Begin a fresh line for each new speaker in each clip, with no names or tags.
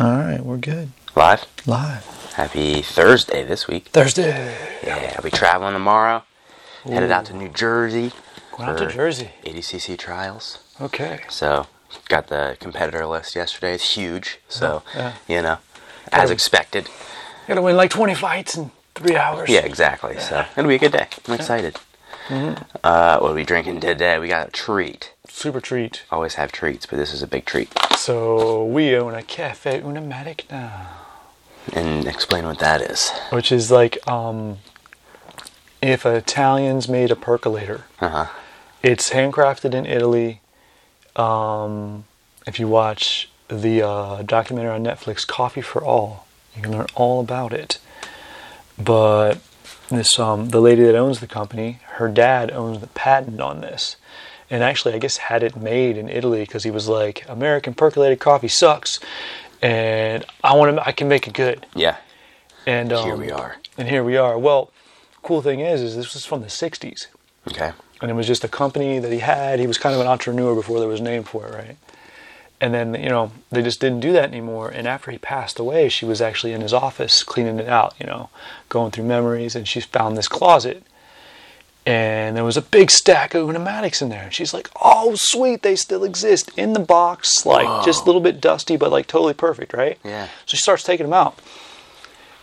All right, we're good.
Live.
Live.
Happy Thursday this week.
Thursday.
Yeah, I'll be traveling tomorrow. Headed out to New Jersey.
Going out to
for
Jersey.
ADCC trials.
Okay.
So, got the competitor list yesterday. It's huge. So,
Uh-huh. Yeah.
you know, as expected.
Gotta win like 20 fights in three hours.
Yeah, exactly. So, it'll be a good day. I'm excited.
Mm-hmm.
Uh, what are we drinking today? We got a treat.
Super treat.
Always have treats, but this is a big treat.
So we own a Cafe Una Magna,
And explain what that is.
which is like um, if Italians made a percolator.
Uh huh.
It's handcrafted in Italy. Um, if you watch the uh, documentary on Netflix, Coffee for All, you can learn all about it. But this, um, the lady that owns the company, her dad owns the patent on this, and actually, I guess had it made in Italy because he was like, "American percolated coffee sucks," and I want to, I can make it good.
Yeah.
And um,
Here we are.
And here we are. Well, cool thing is, is this was from the '60s
Okay.
and it was just a company that he had. He was kind of an entrepreneur before there was a name for it, right? And then you know they just didn't do that anymore. And after he passed away, she was actually in his office cleaning it out, you know, going through memories, and she found this closet, and there was a big stack of pneumatics in there. And she's like, "Oh, sweet, they still exist in the box, like just a little bit dusty, but like totally perfect, right?"
Yeah.
So she starts taking them out,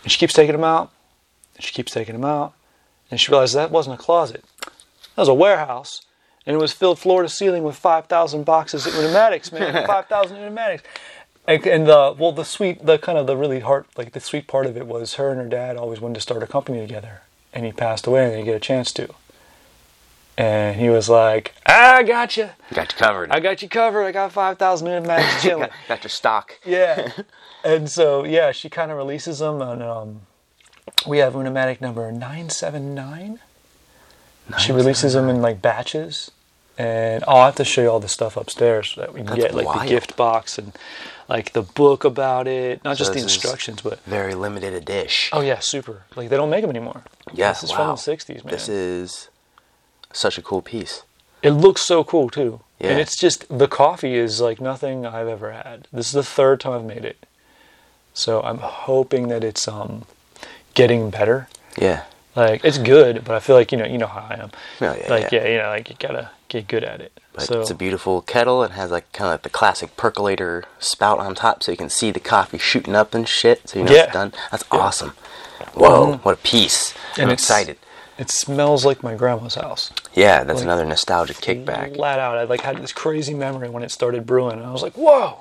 and she keeps taking them out, and she keeps taking them out, and she realized that wasn't a closet. That was a warehouse, and it was filled floor to ceiling with 5,000 boxes of pneumatics, man. 5,000 pneumatics. And, and the well, the sweet, the kind of the really hard, like the sweet part of it was her and her dad always wanted to start a company together, and he passed away and they didn't get a chance to. And he was like, "I got you,
Got you covered.
I got you covered. I got 5,000 pneumatics chilling."
got your stock.
yeah. And so yeah, she kind of releases them, and um, we have pneumatic number nine seven nine. She releases them in like batches, and I'll have to show you all the stuff upstairs that we can
That's
get, like
wild.
the gift box and like the book about it, not
So
just the
this is-
instructions, but
Very limited a dish.
oh yeah, super. Like they don't make them anymore.
Yeah,
this is from
wow.
the '60s, man.
This is such a cool piece.
It looks so cool too.
Yeah.
And it's just the coffee is like nothing I've ever had. This is the third time I've made it. So I'm hoping that it's um getting better.
Yeah.
Like it's good, but I feel like you know you know how I am.
No, Oh, yeah,
like
yeah.
yeah. you know, like you gotta get good at it.
But
so
it's a beautiful kettle. It has like kind of like the classic percolator spout on top, so you can see the coffee shooting up and shit. So you know
Yeah. Mm-hmm.
it's done. That's awesome. Whoa, what a piece! I'm
And it's-
excited.
it smells like my grandma's house.
Yeah, that's another nostalgic kickback.
Flat out, I like had this crazy memory when it started brewing, and I was like, whoa.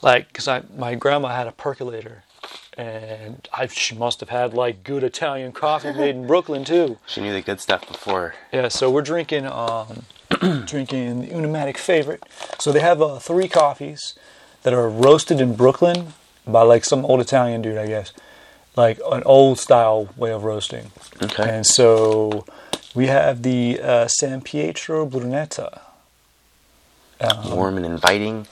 Like, cause I my grandma had a percolator, and I she must have had like good Italian coffee made in Brooklyn too.
She knew the good stuff before.
Yeah, so we're drinking um, drinking the Unimatic favorite. So they have uh, three coffees that are roasted in Brooklyn by like some old Italian dude, I guess, like an old style way of roasting.
Okay.
And so we have the uh, San Pietro Brunetta. Uh,
Warm and inviting.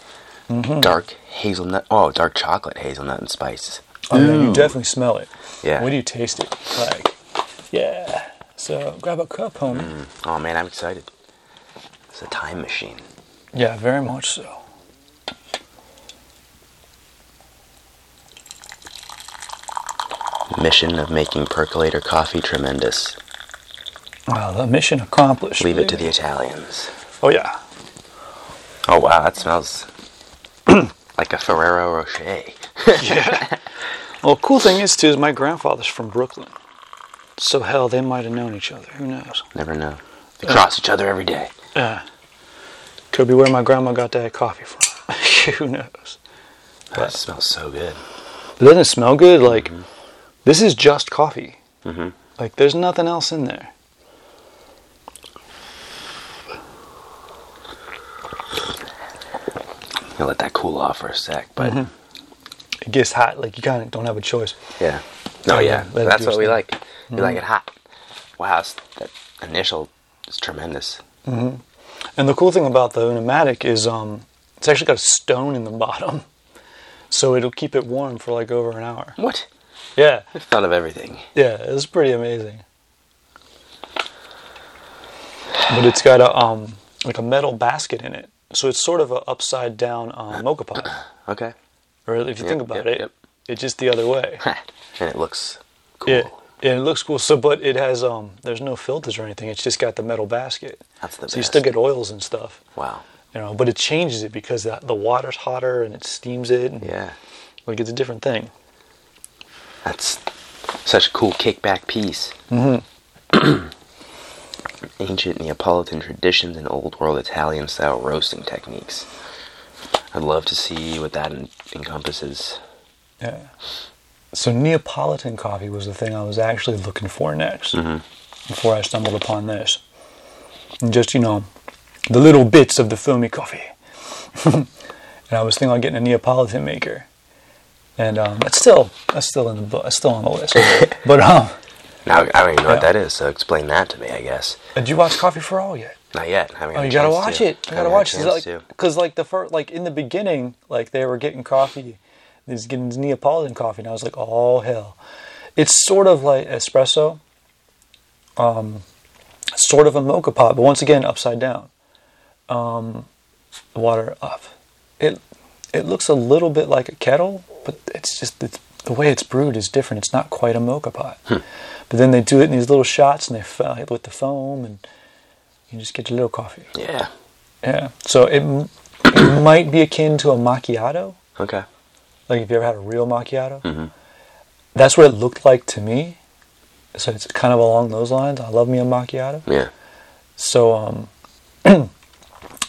Mm-hmm.
Dark hazelnut. Oh, dark chocolate hazelnut and spice.
I mean, you definitely smell it.
Yeah.
When you taste it, like, yeah. So grab a cup, homie.
Oh man, I'm excited. It's a time machine.
Yeah, very much so.
Mission of making percolator coffee tremendous.
Wow, the mission accomplished.
Leave it to the
baby.
Italians.
Oh yeah.
Oh wow, that smells like a Ferrero Rocher.
yeah. Well, cool thing is too is my grandfather's from Brooklyn, so hell, they might have known each other. Who knows?
Never know.
Uh,
They cross each other every day.
Yeah. Could be where my grandma got that coffee from. Who knows?
That smells so good.
But doesn't it smell good? Like this is just coffee. Like there's nothing else in there.
I'll let that cool off for a sec, but
Mm-hmm. It gets hot. Like you kind of don't have a choice.
yeah. No,
Yeah, Mm.
yeah,
let it
that's
do
what
its
we
thing.
like. We like it hot. Wow, it's, that initial is tremendous.
And the cool thing about the pneumatic is um, it's actually got a stone in the bottom, so it'll keep it warm for like over an hour.
What?
Yeah.
I thought of everything.
Yeah, it was pretty amazing. But it's got a um like a metal basket in it, so it's sort of a upside down um, mocha pot.
Okay.
Or if you
Yep,
think about
yep,
it,
yep.
it's just the other way.
and it looks cool.
It, it looks cool. So, but it has um, there's no filters or anything. It's just got the metal basket.
That's the
so you still
best.
get oils and stuff,
Wow.
you know. But it changes it because the, the water's hotter and it steams it. And,
Yeah.
like it's a different thing.
That's such a cool kickback piece. Mm-hmm. Ancient Neapolitan traditions and old world Italian style roasting techniques. I'd love to see what that en- encompasses.
Yeah. So Neapolitan coffee was the thing I was actually looking for next before I stumbled upon this. And just, you know, the little bits of the filmy coffee. and I was thinking on getting a Neapolitan maker. And um, it's still it's still in the book, it's still on the list. but um,
Now, I don't even know what
Yeah.
that is, so explain that to me, I guess.
did you watch Coffee for All yet?
Not yet. I haven't
Oh,
had a
you gotta
chance
watch
to.
it. You
I
gotta
haven't had a
watch it.
chance
Like,
to.
because like the first, like in the beginning, like they were getting coffee, they was getting Neapolitan coffee, and I was like, oh hell, it's sort of like espresso, um, sort of a mocha pot, but once again upside down, um, water up. It it looks a little bit like a kettle, but it's just it's, the way it's brewed is different. It's not quite a mocha pot.
Hmm.
But then they do it in these little shots, and they fill it with the foam, and you just get your little coffee.
Yeah.
Yeah. So it, m- it might be akin to a macchiato.
Okay.
Like if you ever had a real macchiato, that's what it looked like to me. So it's kind of along those lines. I love me a macchiato.
Yeah.
So um,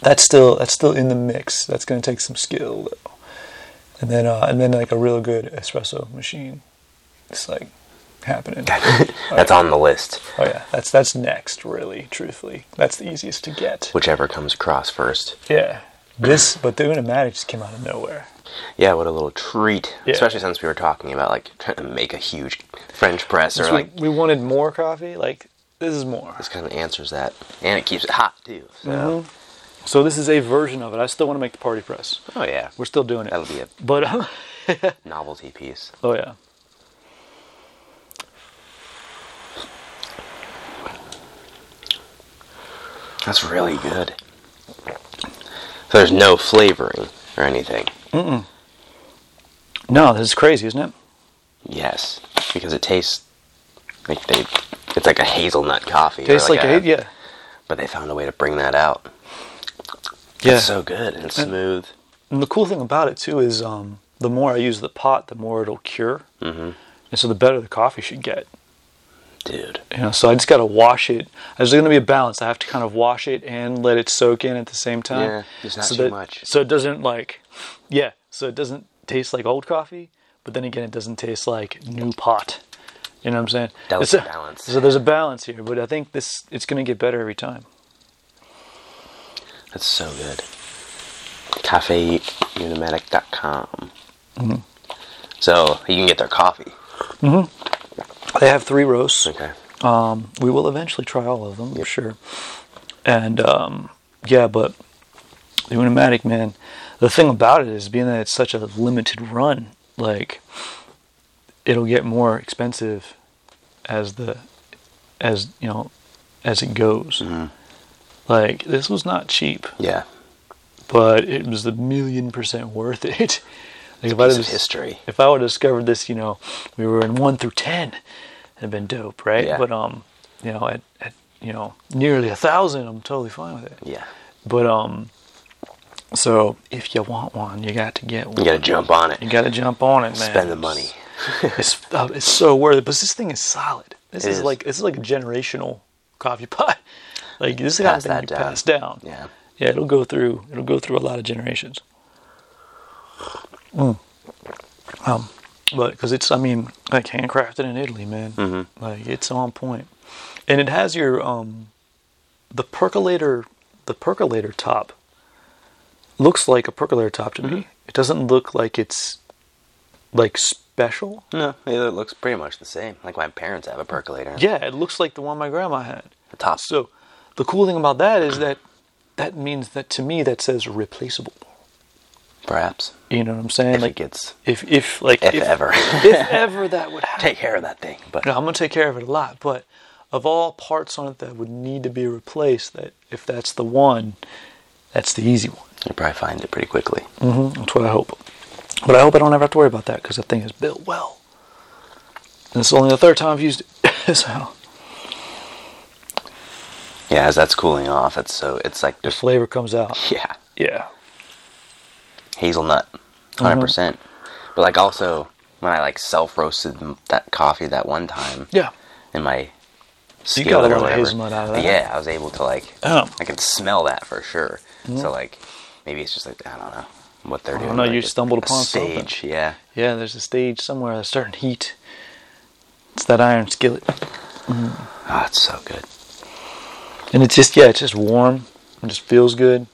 that's still that's still in the mix. That's going to take some skill though. And then uh, and then like a real good espresso machine. It's like happening.
That's on the list.
oh yeah, that's that's next. Really, truthfully, that's the easiest to get.
Whichever comes across first.
Yeah. This, but the automatic just came out of nowhere.
Yeah, what a little treat.
Yeah.
Especially since we were talking about like trying to make a huge French press or
Since we-
like
we, wanted more coffee. Like this is more.
this kind of answers that. And it keeps it hot too. So
Mm-hmm. So this is a version of it. I still want to make the party press.
Oh yeah.
We're still doing it.
That'll be a
But um,
novelty piece.
oh yeah,
That's really good. So there's no flavoring or anything.
no, this is crazy, isn't it?
Yes. Because it tastes like they it's like a hazelnut coffee. or
Tastes like, a,
a-
yeah,
But they found a way to bring that out.
yeah.
It's so good and smooth.
and the cool thing about it too is um, the more I use the pot, the more it'll cure, mm-hmm. and so the better the coffee should get.
Dude.
You know, so I just got to wash it. There's going to be a balance. I have to kind of wash it and let it soak in at the same time.
Yeah, just not
so
too
that-
much.
So it doesn't like, yeah. So it doesn't taste like old coffee, but then again, it doesn't tast like new pot. You know what I'm saying? It's
Delicate
a-
balance.
So there's a balance here, but I think this it's going to get better every time.
That's so good. CafeUnimatic.com.
Mm-hmm.
So you can get their coffee.
They have three roasts.
Okay.
Um, we will eventually try all of them, for sure. And um, yeah, but the Unimatic, man, the thing about it is being that it's such a limited run, like it'll get more expensive as the as you know as it goes.
Mm-hmm.
Like this was not cheap,
Yeah.
but it was a million percent worth it. like if I
Piece of
dis-
history.
if I would have discovered this, you know, we were in one through ten, it'd been dope, right?
Yeah.
But um, you know, at, at you know nearly a thousand, I'm totally fine with it.
Yeah.
But um, so if you want one, you got to get one.
You gotta jump on it.
You got to jump on it, man.
Spend the money.
It's uh, it's so worth it. But this thing is solid. This
It
is,
is.
like this is like a generational coffee pot. Like this is
Pass
how
that
you
down.
pass down.
Yeah.
Yeah, it'll go through. It'll go through a lot of generations. Mm. Um, but because it's, I mean, like handcrafted in Italy, man. Like it's on point, and it has your um, the percolator, the percolator top. Looks like a percolator top to me. It doesn't look like it's like special.
No, it looks pretty much the same. Like my parents have a percolator.
Yeah, it looks like the one my grandma had.
The top.
So, the cool thing about that is that that means that to me that says replaceable.
Perhaps.
You know what I'm saying?
If
like
it gets
if if like
if, ever.
if ever that would happen.
Take care of that thing. But
No, I'm gonna take care of it a lot, but of all parts on it that would need to be replaced, that if that's the one, that's the easy one.
you'll probably find it pretty quickly.
That's what I hope. But I hope I don't ever have to worry about that because the thing is built well. And it's only the third time I've used it. so
Yeah, as that's cooling off, it's so it's like
the
just
flavor comes out.
yeah,
Yeah.
hazelnut, 100 percent. But like also when I like self roasted that coffee that one time
Yeah.
in my
You
skillet
got a lot
or
of
whatever,
hazelnut out of that.
yeah, I was able to like
Oh. Mm-hmm.
I could smell that for sure. So like maybe it's just like I don't know what they're doing.
know,
like
you
a-
stumbled
a
upon something.
stage, yeah.
Yeah, there's a stage somewhere, a certain heat. It's that iron skillet.
Oh, it's so good.
And it's just, yeah, it's just warm. It just feels good.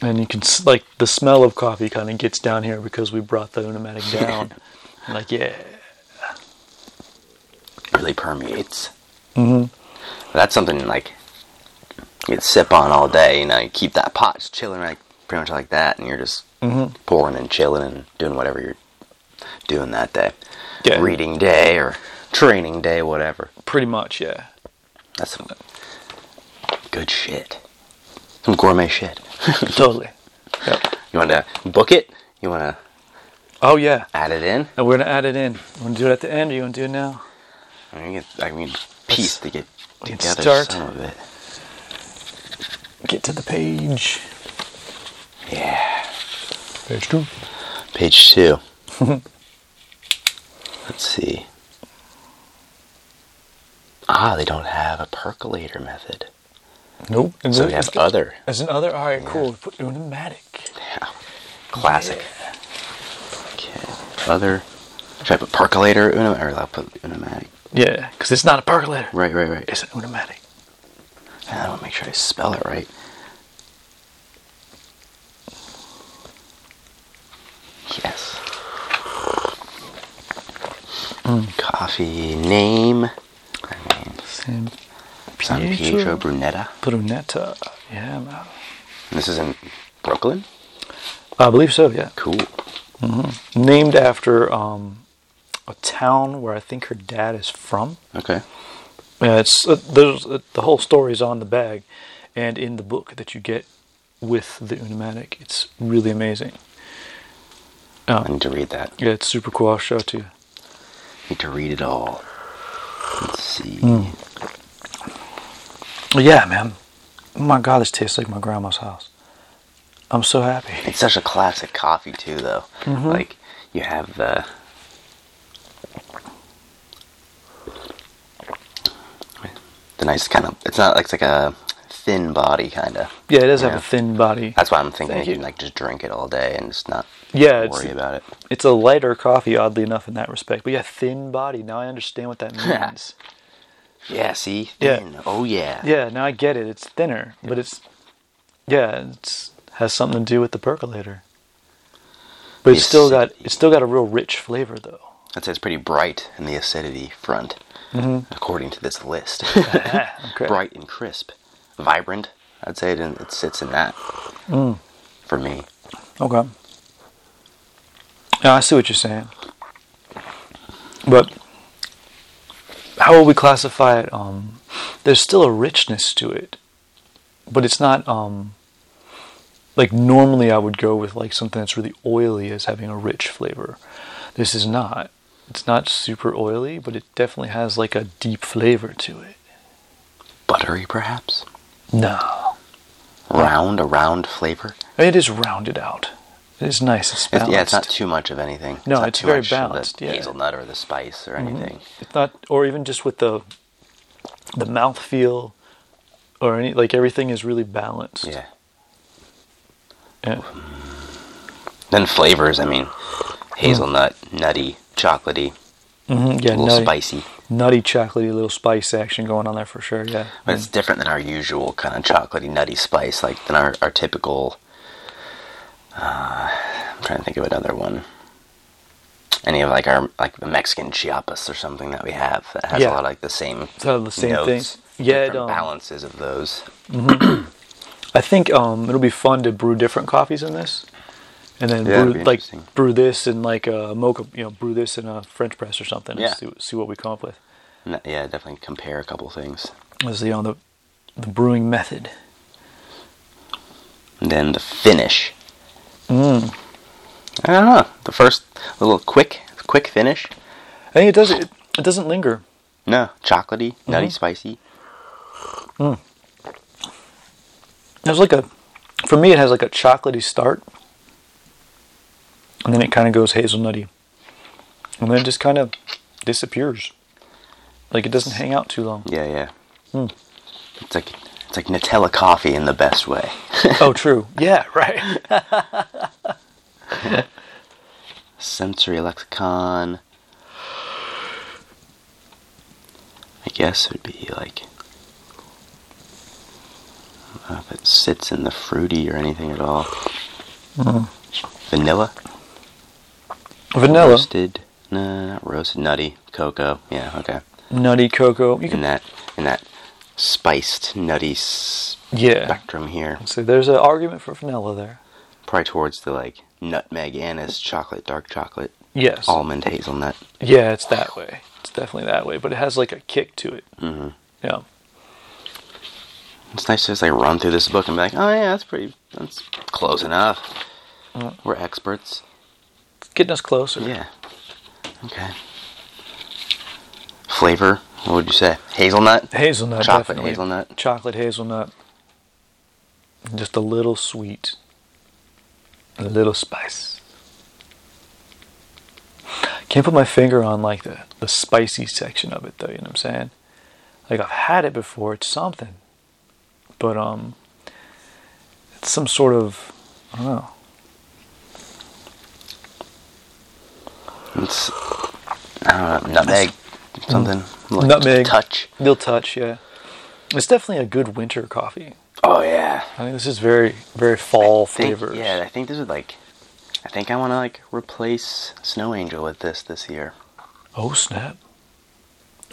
And you can, s- like, the smell of coffee kind of gets down here because we brought the pneumatic down. like, yeah.
really permeates. Mm-hmm. That's something like you'd sip on all day, you know, you keep that pot just chilling like pretty much like that, and you're just
Mm-hmm.
pouring and chilling and doing whatever you're doing that day.
Yeah.
Reading day or training day, whatever.
Pretty much, yeah.
That's some good shit. Some gourmet shit.
totally. Yep.
You want to book it? You want to
Oh, yeah.
add it in?
And we're going to add it in. You want to do it at the end or you want to do it now?
I mean, I mean piece to get
we can
together
start.
some of it.
Get to the page.
Yeah.
Page two.
Page two. Let's see. Ah, they don't have a percolator method.
Nope.
So we have other.
As an other, all right, cool. Put pneumatic.
Yeah. Classic. Okay. Other. Should I put percolator? Uno, or I'll put pneumatic.
Yeah, because it's not a percolator.
Right, right, right.
It's a pneumatic.
I want to make sure I spell it right. Yes. Mm, Coffee name. I mean,
San
San Pietro Brunetta.
Brunetta. Yeah, man.
And this is in Brooklyn.
I believe so, yeah.
Cool.
Named after um, a town where I think her dad is from.
Okay.
Yeah, it's uh, there's, uh, the whole story is on the bag and in the book that you get with the pneumatic. It's really amazing.
I need to read that.
Yeah, it's super cool. I'll show it to you.
need to read it all. Let's see.
But yeah, man. Oh my God, this tastes like my grandma's house. I'm so happy.
It's such a classic coffee too, though. Like you have uh, the the nice kind of. It's not like it's like a thin body kind of.
Yeah, it does have
Yeah.
a thin body.
That's why I'm thinking
Thank
you
you.
can like just drink it all day and just not
Yeah, it's,
worry about it.
it's a lighter coffee, oddly enough, in that respect. But yeah, thin body. Now I understand what that means.
Yeah. See.
Yeah.
Thin. Oh yeah.
yeah, now I get it. It's thinner, but it's yeah, it's has something to do with the percolator. But it's
The
still got
acidity.
it's still got a real rich flavor though.
That says pretty bright in the acidity front, according to this list.
Okay.
bright and crisp, vibrant. I'd say it, in, it sits in that Mm. for me.
Okay. Yeah, I see what you're saying. But how will we classify it? Um, there's still a richness to it, but it's not um, like normally I would go with like something that's really oily as having a rich flavor. This is not. It's not super oily, but it definitely has like a deep flavor to it.
Buttery, perhaps?
No,
Round, a round flavor?
it is rounded out. It is nice. It's
It's-
balanced.
yeah, it's not too much of anything.
No,
not
it's
too
very
much of the
balanced, yeah. Mm-hmm.
hazelnut or the spice or anything.
It's not, or even just with the the mouth feel, or any like everything is really balanced.
Yeah.
Yeah.
Then flavors, I mean, hazelnut, nutty, chocolatey,
Mhm, yeah
a little
nutty,
spicy.
nutty, chocolatey, little spice action going on there for sure. Yeah.
But it's different than our usual kind of chocolatey, nutty spice, like than our, our typical. Uh, I'm trying to think of another one. Any of like our like the Mexican chiapas or something that we have that has
Yeah.
a lot of like the same
So the same
notes,
thing. Yeah, it,
different
um,
balances of those.
I think um, it'll be fun to brew different coffees in this, and then
Yeah,
brew
it'd be
like
interesting.
brew this in like a mocha, you know, brew this in a French press or something. and
Yeah.
see, see what we come up with.
N- Yeah, definitely compare a couple things.
This is you know the the brewing method.
And then the finish. I don't know. The first little quick, quick finish.
I think it does. It, it doesn't linger.
No, chocolatey, nutty, spicy.
There's like a, for me, it has like a chocolatey start, and then it kind of goes hazelnutty, and then it just kind of disappears. Like it doesn't hang out too long.
Yeah, yeah. It's like it's like Nutella coffee in the best way.
oh, true. Yeah, right.
Sensory lexicon. I guess it would be like. I don't know if it sits in the fruity or anything at all. Vanilla?
Vanilla,
Roasted. No, not roasted. Nutty. Cocoa. Yeah, okay.
nutty cocoa. You
In
can
that, in that spiced, nutty s-
yeah.
spectrum here.
So there's an argument for vanilla there.
Probably towards the like nutmeg, anise, chocolate, dark chocolate,
Yes.
almond, hazelnut.
Yeah, it's that way. It's definitely that way, but it has like a kick to it. Mm-hmm. Yeah.
It's nice to just like run through this book and be like, oh yeah, that's pretty, that's close enough.
Mm.
We're experts.
It's getting us closer.
Yeah. Okay. Flavor? What would you say? Hazelnut?
Hazelnut,
Chocolate
definitely.
hazelnut.
Chocolate hazelnut. Just a little sweet. A little spice. Can't put my finger on like the, the spicy section of it though, you know what I'm saying? Like I've had it before, it's something. But um it's some sort of I don't know.
It's I don't know, nutmeg, something. Like
Mm. Nutmeg.
Touch.
Little touch, yeah. It's definitely a good winter coffee.
Oh yeah.
I think this is very, very fall
Think,
flavors.
yeah, I think this is like. I think I want to like replace Snow Angel with this this year.
Oh snap!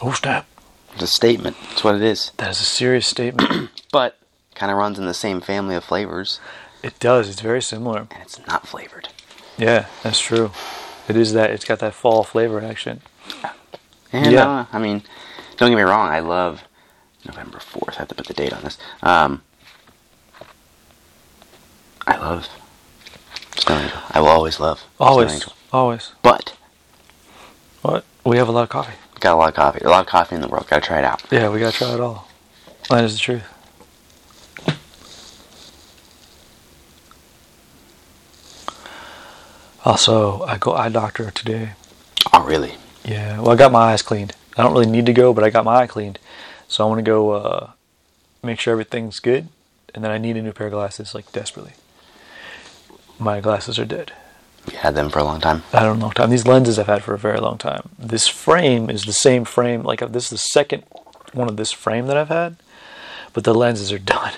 Oh snap!
It's a statement. It's what it is.
That is a serious statement.
But kind of runs in the same family of flavors,
it does. It's very similar.
and it's not flavored.
Yeah, that's true. It is that. It's got that fall flavor action.
And
Yeah.
uh, I mean, don't get me wrong. I love November fourth. I have to put the date on this. Um, I love Snow Angel. I will always love Snow
Always,
Angel.
always.
But
What? We have a lot of coffee.
got a lot of coffee. A lot of coffee in the world. Got to try it out.
Yeah, we gotta try it all. That is the truth. Also, I go eye doctor today.
Oh, really?
Yeah, well, I got my eyes cleaned. I don't really need to go, but I got my eye cleaned, so I want to go uh, make sure everything's good, and then I need a new pair of glasses like desperately. My glasses are dead.
You had them for a long time.
I don't know. Time. These lenses I've had for a very long time. This frame is the same frame. Like uh, this is the second one of this frame that I've had, but the lenses are done.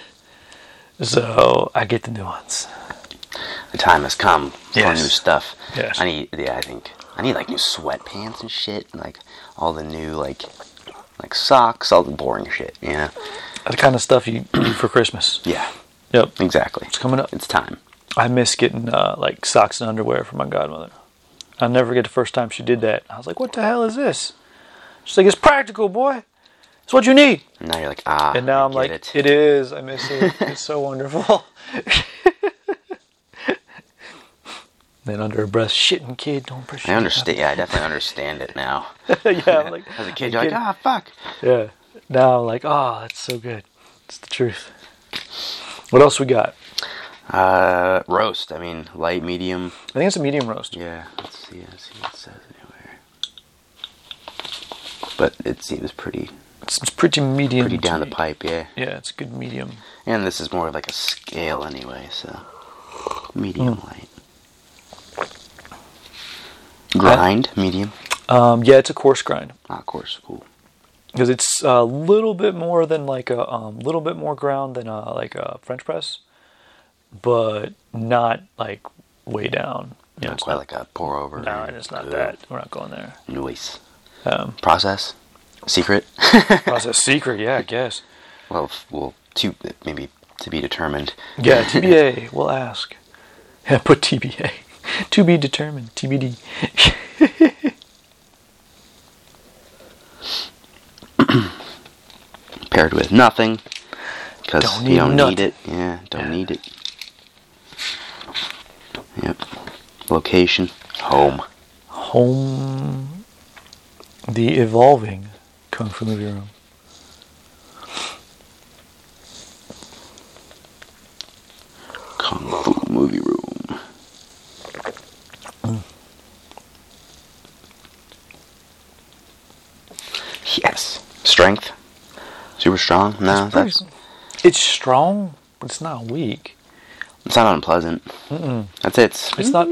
So I get the new ones.
The time has come
Yes.
for new stuff.
Yes.
I need. Yeah, I think I need like new sweatpants and shit, and like all the new like like socks, all the boring shit. You know?
The kind of stuff you do for Christmas.
Yeah.
Yep,
Exactly.
it's coming up.
It's time.
I miss getting uh, like socks and underwear for my godmother. I'll never forget the first time she did that. I was like, "What the hell is this?" She's like, "It's practical, boy. It's what you need."
And now you're like, ah.
And now
I
I'm
get
like,
it.
"It is. I miss it. It's so wonderful." then under her breath, shitting kid, don't push.
I understand. Yeah, I definitely understand it now.
yeah, I'm like
As a kid, you're like, ah, fuck.
yeah. Now I'm like, "Oh, that's so good. It's the truth." What else we got?
Uh, roast. I mean, light, medium.
I think it's a medium roast.
Yeah. Let's see. Let's see what it says anywhere. But it seems pretty,
It's, it's pretty medium.
pretty
to
down the
me.
pipe. Yeah.
Yeah, it's a good medium.
And this is more of like a scale anyway, so medium
Hmm.
light. Grind, medium.
Um, yeah, it's a coarse grind
Not coarse, cool.
because it's a little bit more than like a um, little bit more ground than a, like a French press, but not like way down. You know,
Not
it's
quite
not-
like a pour over.
No, and it's not that. We're not going there.
Noise.
Um,
Process? Secret?
process secret, yeah, I guess.
well, f- well, to, maybe to be determined.
Yeah, TBA. we'll ask. Yeah, put TBA. to be determined. TBD.
Paired with nothing. Because
Don't
you
need
don't
nut.
need it. Yeah, don't need it. Yep. Location, home.
Home. The evolving Kung Fu movie room.
Kung Fu movie room. Yes. Strength. Super strong. No,
It's pretty-
that's
It's strong, but it's not weak.
it's not unpleasant. That's it. It's,
It's not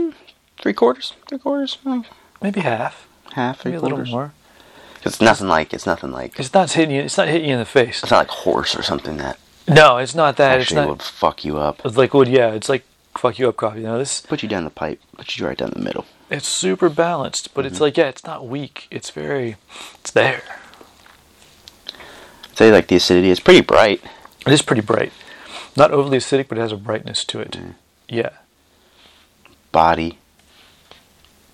three quarters. Three quarters. Like
maybe half,
half. Three
maybe a little
quarters.
more.
It's nothing like it's nothing like it's
It's not hitting you. It's not hitting you in the face.
not like horse or something that
No, it's not that. It's
actually
not.
would fuck you up.
It's like wood. Yeah, it's like fuck you up coffee. You know this.
Put you down the pipe. Put you right down the middle.
It's super balanced, but it's like yeah, it's not weak. It's very. It's there.
I'd say like the acidity is pretty bright.
It is pretty bright. Not overly acidic, but it has a brightness to it. Yeah.
Body.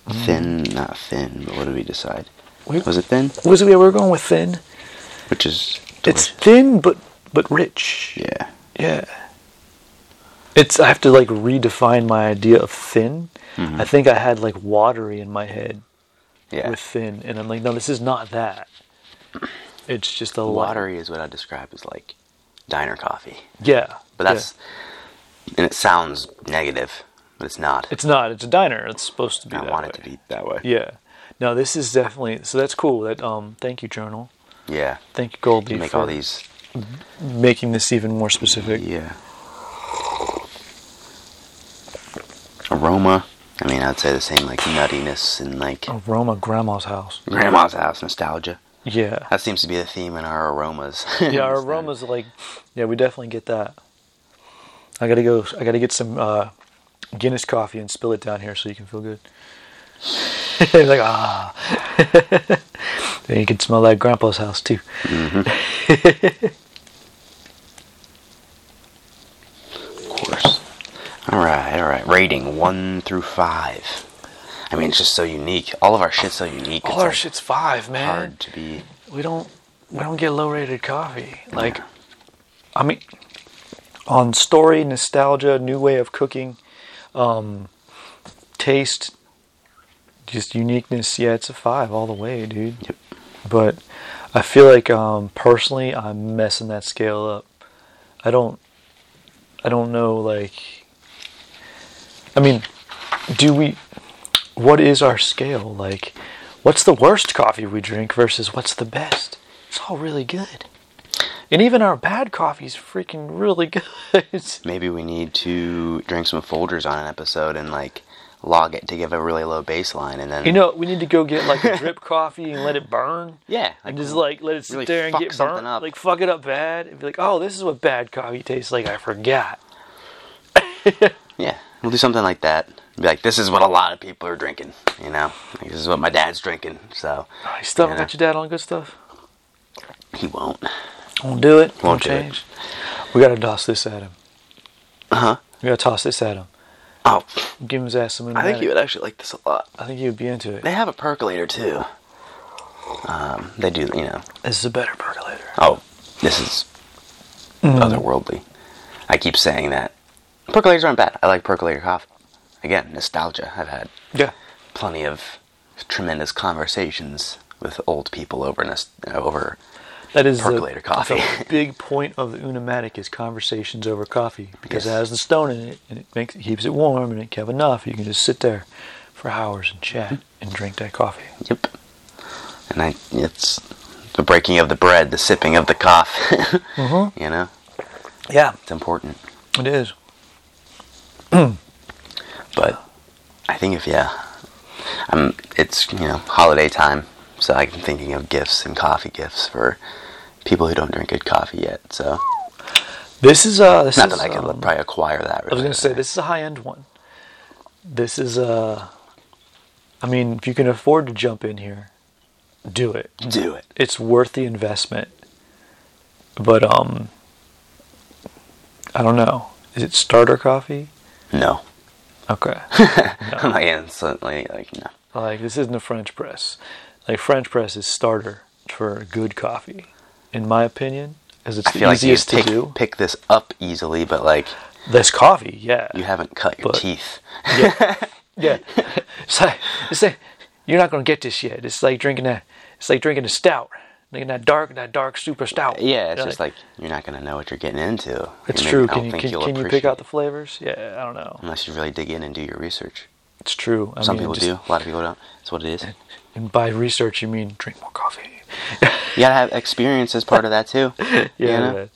Mm.
Thin, not thin. But what did we decide?
We-
Was it thin?
Was it? Yeah, we were going with thin.
Which is
It's
delicious.
thin, but but rich.
yeah.
Yeah. It's I have to like redefine my idea of thin. I think I had like watery in my head
Yeah.
with thin and I'm like no this is not that. It's just a lot-
Watery is what I describe as like diner coffee.
Yeah.
But
yeah.
that's and it sounds negative, but it's not.
It's not. It's a diner. It's supposed to be
I
that
want
way.
it to be that way.
Yeah. No, this is definitely so that's cool that um thank you journal.
Yeah.
Thank you Goldie
You make
for
all these.
making this even more specific.
Yeah. Aroma. I mean, I'd say the same like nuttiness and like
Aroma grandma's house.
grandma's house nostalgia.
Yeah.
That seems to be the theme in our aromas.
yeah, our
Is that-
aromas are like, yeah, we definitely get that. I gotta go. I gotta get some uh, Guinness coffee and spill it down here so you can feel good. like ah, then you can smell like Grandpa's house too.
Of course. All right, all right. Rating one through five. I mean, it's just so unique. All of our shit's so unique.
All
it's
our
like
shit's five, man.
hard to be.
We don't we don't get low rated coffee. Like,
Yeah.
I mean, on story, nostalgia, new way of cooking, um, taste, just uniqueness. Yeah, it's a five all the way, dude.
Yep.
but I feel like um, personally I'm messing that scale up. I don't I don't know like I mean do we what is our scale like what's the worst coffee we drink versus what's the best? It's all really good. And even our bad coffee's freaking really good.
Maybe we need to drink some Folgers on an episode and like log it to give a really low baseline, and then
you know, we need to go get like a drip coffee and let it burn.
yeah,
and just like let it sit
really
there and
fuck
get
something
burnt,
up.
like fuck it up bad, and be like, oh, this is what bad coffee tastes like. I forgot.
yeah, we'll do something like that. Be like, this is what a lot of people are drinking, you know. Like, this is what my dad's drinking, so
Oh, you still haven't
Yeah.
got your dad on good stuff.
he won't.
Won't do it. Won't,
do it.
change. We gotta toss this at him.
Uh-huh.
Uh huh. We gotta toss this at him.
Oh,
Give him his ass some.
I think
pneumatic.
he would actually like this a lot.
I think he would be into it.
They have a percolator too. Um, they do, you know.
This is a better percolator.
Oh, this is otherworldly. I keep saying that. Percolators aren't bad. I like percolator coffee. Again, nostalgia. I've had
Yeah.
plenty of tremendous conversations with old people over nos- uh, over.
That is the-
Percolator coffee.
that's a big point of the Unimatic is conversations over coffee because it
Yes.
has the stone in it and it makes it keeps it warm and it can have enough. You can just sit there for hours and chat and drink that coffee.
Yep. And I, it's the breaking of the bread, the sipping of the cough. You know,
Yeah,
it's important.
it is.
But I think if yeah, I'm. It's you know holiday time, so I'm thinking of gifts and coffee gifts for people who don't drink good coffee yet. So
This is uh this
not
is,
that I could
um,
probably acquire that.
I was
Really,
gonna say this is a high end one. This is uh I mean, if you can afford to jump in here, do it.
Do it.
It's worth the investment. But um I don't know. Is it starter coffee?
No.
Okay.
I'm like instantly like no.
like this isn't a French press. Like French press is starter for good coffee, in my opinion, because it's
I
the
feel like you
easiest
just pick,
to do.
pick this up easily, but like
This coffee, yeah.
you haven't cut your
But-
teeth.
Yeah. Yeah. It's like, it's like you're not gonna get this yet. It's like drinking a it's like drinking a stout. Drinking that dark that dark super stout.
Yeah, it's
You're
just like you're not gonna know what you're getting into.
it's
Maybe-
true.
I don't
Can you
think
can,
you'll
can you pick
appreciate
out
it
the flavors? Yeah, I don't know.
unless you really dig in and do your research.
It's true. I
Some
mean,
people
just-
do. A lot of people don't. That's what it is.
And by research you mean drink more coffee.
You gotta have experience as part of that too. yeah,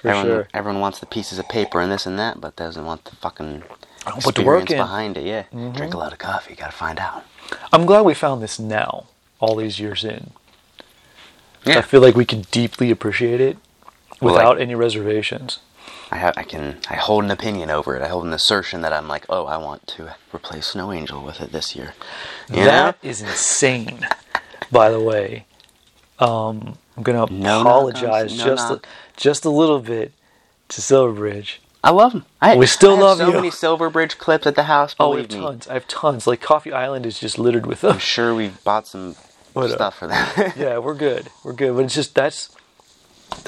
for
everyone,
sure.
everyone wants the pieces of paper and this and that, but doesn't want the fucking
don't
experience
put the work in. Mm-hmm.
behind it. Yeah, drink a lot of coffee. You gotta find out.
I'm glad we found this now, all these years in. I
Yeah,
feel like we can deeply appreciate it
Well,
without
like-
any reservations.
I have. I can. I hold an opinion over it. I hold an assertion that I'm like, oh, I want to replace Snow Angel with it this year. You
That
know?
is insane. By the way, um, I'm gonna
No knock on-
apologize
no
just a,
knock.
just a little bit to Silverbridge.
I love them. I,
We still
I have
love
so
you.
many Silverbridge clips at the house.
Oh, I
Believe
have
me,
tons. I have tons. Like Coffee Island is just littered with them.
I'm sure we've bought some
What, uh,
stuff for them.
yeah, we're good. We're good. But it's just that's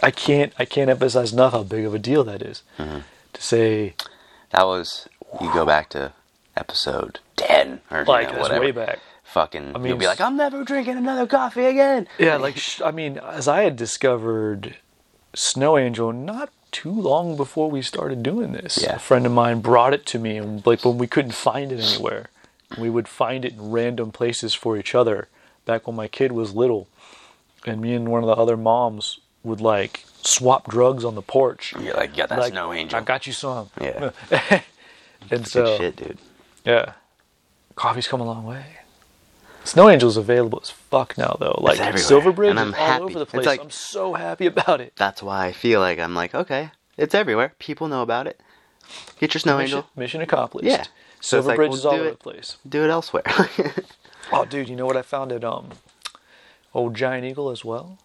I can't I can't emphasize enough how big of a deal that is.
Mm-hmm.
To say
that was. You go back to episode ten or you
like
know,
that's
whatever.
way back.
Fucking,
mean,
you'll be
s-
like, I'm never drinking another coffee again.
Yeah, like sh- I mean, as I had discovered Snow Angel not too long before we started doing this.
Yeah.
A friend of mine brought it to me, and like when we couldn't find it anywhere, we would find it in random places for each other. Back when my kid was little, and me and one of the other moms would like swap drugs on the porch.
You're like, yeah, that's
like,
no angel.
I got you some.
yeah,
And
good
so,
shit, dude.
yeah, coffee's come a long way. Snow Angel's available as fuck now, though. Like
everywhere,
Silverbridge
and I'm
is
happy.
all over the
It's
place.
like-
I'm so happy about it.
That's why I feel like I'm like, okay, it's everywhere. People know about it. Get your snow
Mission,
angel.
mission accomplished.
Yeah. So it's
Silverbridge
like, we'll
is all
do
over
it.
the place.
Do it elsewhere.
Oh, dude, you know what I found at um, old Giant Eagle as well?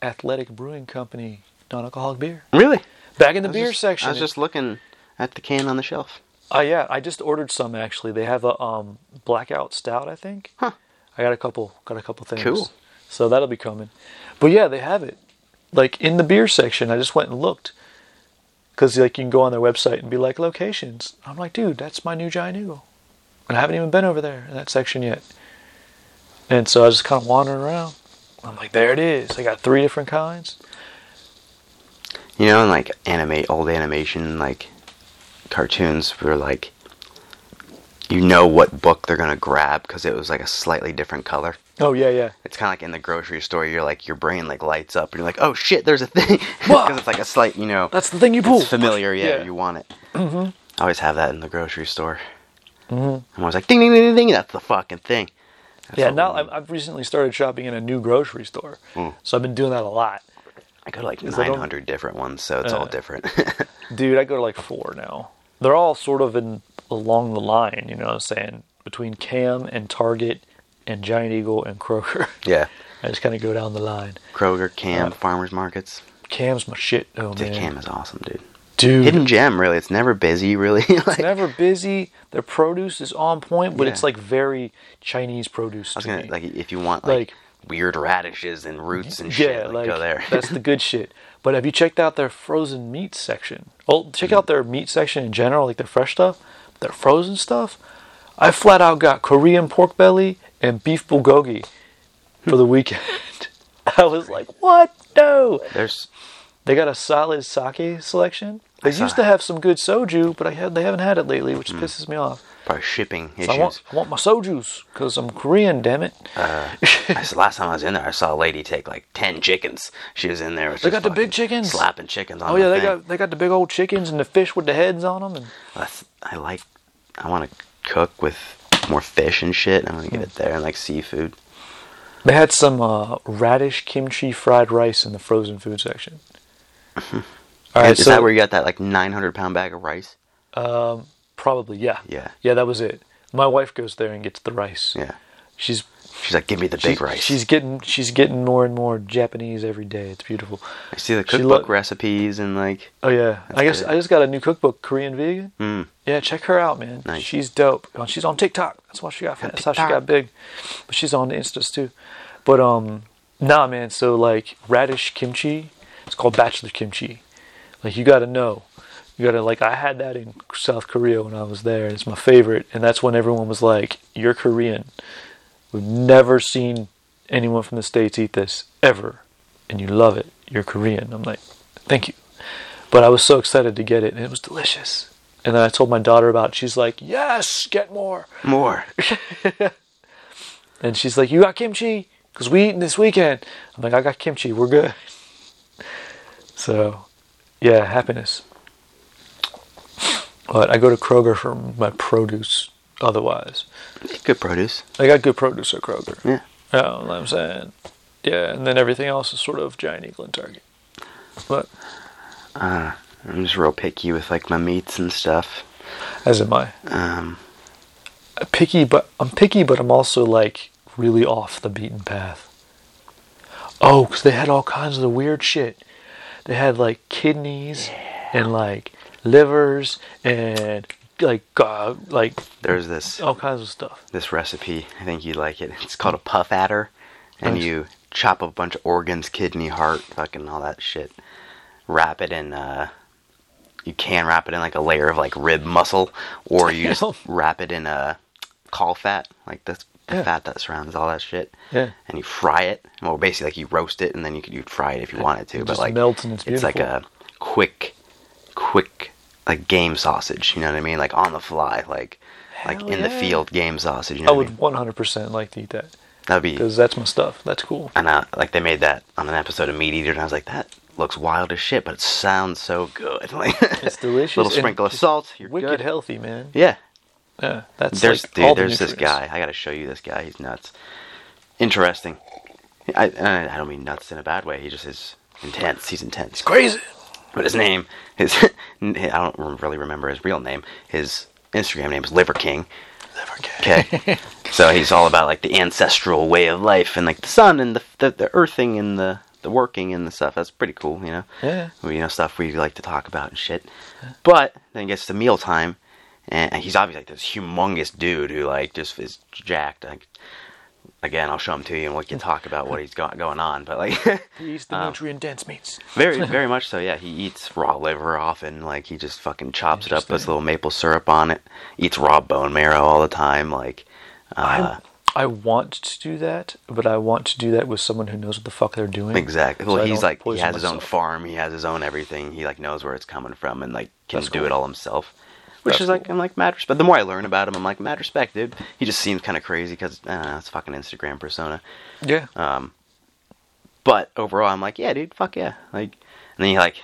Athletic Brewing Company non-alcoholic beer.
really?
Back in the
I was
beer
just-
section.
I was just looking at the can on the shelf.
Uh, yeah, I just ordered some actually. They have a um, blackout stout, I think.
Huh.
I got a couple, got a couple things.
Cool.
So that'll be coming. But yeah, they have it like in the beer section. I just went and looked because like you can go on their website and be like locations. I'm like, dude, that's my new giant eagle, and I haven't even been over there in that section yet. And so I was just kind of wandering around. I'm like, there it is. They got three different kinds.
You know, in like animate old animation like cartoons were like you know what book they're gonna grab because it was like a slightly different color.
Oh yeah, yeah.
It's kind of like in the grocery store. You're like your brain like lights up and you're like, oh shit, there's a thing
Whoa.
because it's like a slight, you know,
That's the thing you pulled.
it's familiar. Yeah,
Yeah.
you want it. Mm-hmm. I always have that in the grocery store.
Mm-hmm.
I'm always like, ding ding ding ding ding. That's the fucking thing. That's
Yeah,
what
now
we
I've,
need.
I've recently started shopping in a new grocery store,
Hmm.
so I've been doing that a lot,
I go to like
I don't-
900 different ones, so it's
Uh.
all different.
dude. I go to like four now. They're all sort of in along the line, you know what I'm saying? Between Cam and Target and Giant Eagle and Kroger,
yeah,
I just kind of go down the line.
Kroger, Cam,
Uh.
farmers markets.
Cam's my shit, though,
Dude,
man.
Cam is awesome, dude.
Dude,
Hidden gem, really. It's never busy, really. like,
it's never busy. Their produce is on point, but it's
Yeah.
like very Chinese produce.
I was
to
gonna
me.
like if you want like,
Like-
weird radishes and roots and shit, like, go there.
that's the good shit. But have you checked out their frozen meat section? Oh, check out their meat section in general, like their fresh stuff, their frozen stuff. I flat out got Korean pork belly and beef bulgogi for the weekend. I was like, what? No.
There's
They got a solid sake selection. They used to have some good soju, but I had, they haven't had it lately, which pisses me off.
probably shipping
So I want
Mm. issues. Uh,
I want my soju's because I'm Korean, damn it.
I s- last time I was in there, I saw a lady take like ten chickens. She was in there.
They got the big chickens.
slapping chickens on.
Oh yeah,
the
they
thing.
got they got the big old chickens and the fish with the heads on them, and
That's, I like. I want to cook with more fish and shit. I want to get it there and like seafood.
they had some uh, radish kimchi fried rice in the frozen food section. All right,
is, is
so
that where you got that like 900 pound bag of rice?
probably yeah,
Yeah.
yeah. That was it. My wife goes there and gets the rice.
Yeah.
she's
She's like, give me the
she's,
big rice.
She's getting she's getting more and more Japanese every day. It's beautiful.
I see the
she
cookbook
lo-
recipes and like.
Oh yeah, I guess
good.
I just got a new cookbook, Korean vegan.
Mm.
Yeah, check her out, man.
Nice.
She's dope. Oh, She's on TikTok. That's why she got that's how she
TikTok.
got big. But she's on the Instas too. But um, nah, man. So like radish kimchi, it's called bachelor kimchi. Like you got to know You gotta like I had that in South Korea when I was there, and it's my favorite. And that's when everyone was like, "You're Korean. We've never seen anyone from the states eat this ever, and you love it. You're Korean." I'm like, "Thank you," but I was so excited to get it, and it was delicious. And then I told my daughter about. It. She's like, "Yes, get more."
More.
And she's like, "You got kimchi? Cause we eating this weekend." I'm like, "I got kimchi. We're good." So, yeah, happiness. But I go to Kroger for my produce. Otherwise,
Good produce.
I got good produce at Kroger.
Yeah.
You know what I'm saying? Yeah, and then everything else is sort of giant eagle and Target. But
I'm just real picky with like my meats and stuff.
as am I.
Um,
picky, but I'm picky, but I'm also like really off the beaten path. Oh, 'cause they had all kinds of the weird shit. They had like kidneys and like livers and like uh, like
there's this
all kinds of stuff.
this recipe. I think you'd like it. It's called a puff adder, and
Nice.
you chop up a bunch of organs, kidney, heart, fucking all that shit. Wrap it in. Uh, you can wrap it in like a layer of like rib muscle, or you
Damn.
just wrap it in a caul fat, like that's the
Yeah.
fat that surrounds all that shit.
Yeah.
And you fry it. Well, basically, like you roast it, and then you could you fry it if you wanted to. but
just
like
melts and it's
like a
beautiful.
quick, quick like game sausage. You know what I mean? Like on the fly, like like
Hell
in the
yeah.
field game sausage. You
I
know what I mean?
would 100% like to eat that
That'd be.
because that's my stuff. That's cool.
And uh, like they made that on an episode of Meat Eater, and I was like, that looks wild as shit, but it sounds so good. Like
It's delicious.
Little
and
sprinkle of
just
salt. You're
Wicked
good.
healthy, man.
Yeah.
Yeah, that's
There's
like, all
dude.
the
There's this
nutrients.
guy. I gotta show you this guy. He's nuts. Interesting. I I I don't mean nuts in a bad way. He just is intense. He's intense.
Crazy.
But his name, his I don't rem- really remember his real name. His Instagram name is Liver King.
Never get.
Okay. so he's all about like the ancestral way of life and like the sun and the the, the earthing and the the working and the stuff. That's pretty cool, you know.
Yeah.
We- You know stuff we like to talk about and shit. But then it gets to mealtime, and and he's obviously like this humongous dude who like just is jacked. Like again, I'll show him to you and we can talk about what he's got going on. But like.
He eats
um,
the nutrient dense meats.
Very, very much so. Yeah, he eats raw liver often. Like he just fucking chops it up, puts a little maple syrup on it. Eats raw bone marrow all the time. Like, uh,
I, I want to do that, but I want to do that with someone who knows what the fuck they're doing.
exactly.
so
Well,
I
he's
don't
like he
poison
has his own
myself.
farm. He has his own everything. He like knows where it's coming from and like can
That's
do
cool.
it all himself. Which
That's
is like
cool.
I'm like mad respect. The more I learn about him, I'm like mad respect, dude. He just seems kind of crazy because I don't know, it's fucking Instagram persona.
Yeah.
Um, but overall, I'm like, yeah, dude, fuck yeah. Like, and then he like,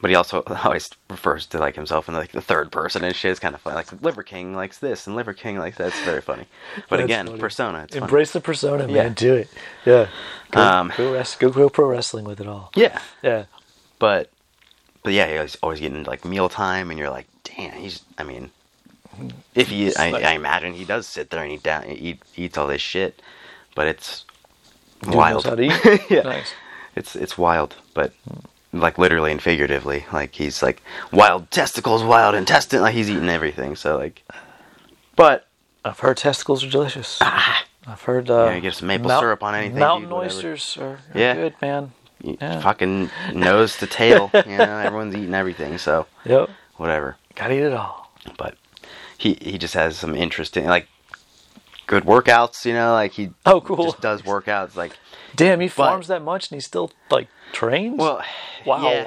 but he also always refers to like himself in like the third person and shit. It's kind of funny. Like Liver King likes this and Liver King likes that. It's very funny. But
That's
again,
funny.
persona. It's funny.
Embrace the persona, man.
Yeah.
Do it. Yeah. Go,
Um,
go, rest, go, go pro wrestling with it all.
Yeah,
Yeah.
but but yeah, he's always getting into like mealtime, and you're like, damn, he's. I mean, if he, I,
like-
I imagine he does sit there and eat down, eat eats all this shit, but it's
Dude
wild.
knows how to eat.
yeah.
Nice.
It's it's wild, but like literally and figuratively, like he's like wild testicles, wild intestine, like he's eating everything. So like, but
I've heard testicles are delicious. I've heard. Uh,
Ah. Yeah, you get some maple syrup on anything,
Mountain
dude, whatever.
oysters are, are
Yeah.
good, man.
he
Yeah.
fucking nose to tail, you know, everyone's eating everything. So
Yep.
whatever.
Gotta eat it all.
But he he just has some interesting like good workouts, you know, like he
Oh, cool.
just does workouts like
Damn, he farms that much and he still, like, trains?
well
Wow.
yeah.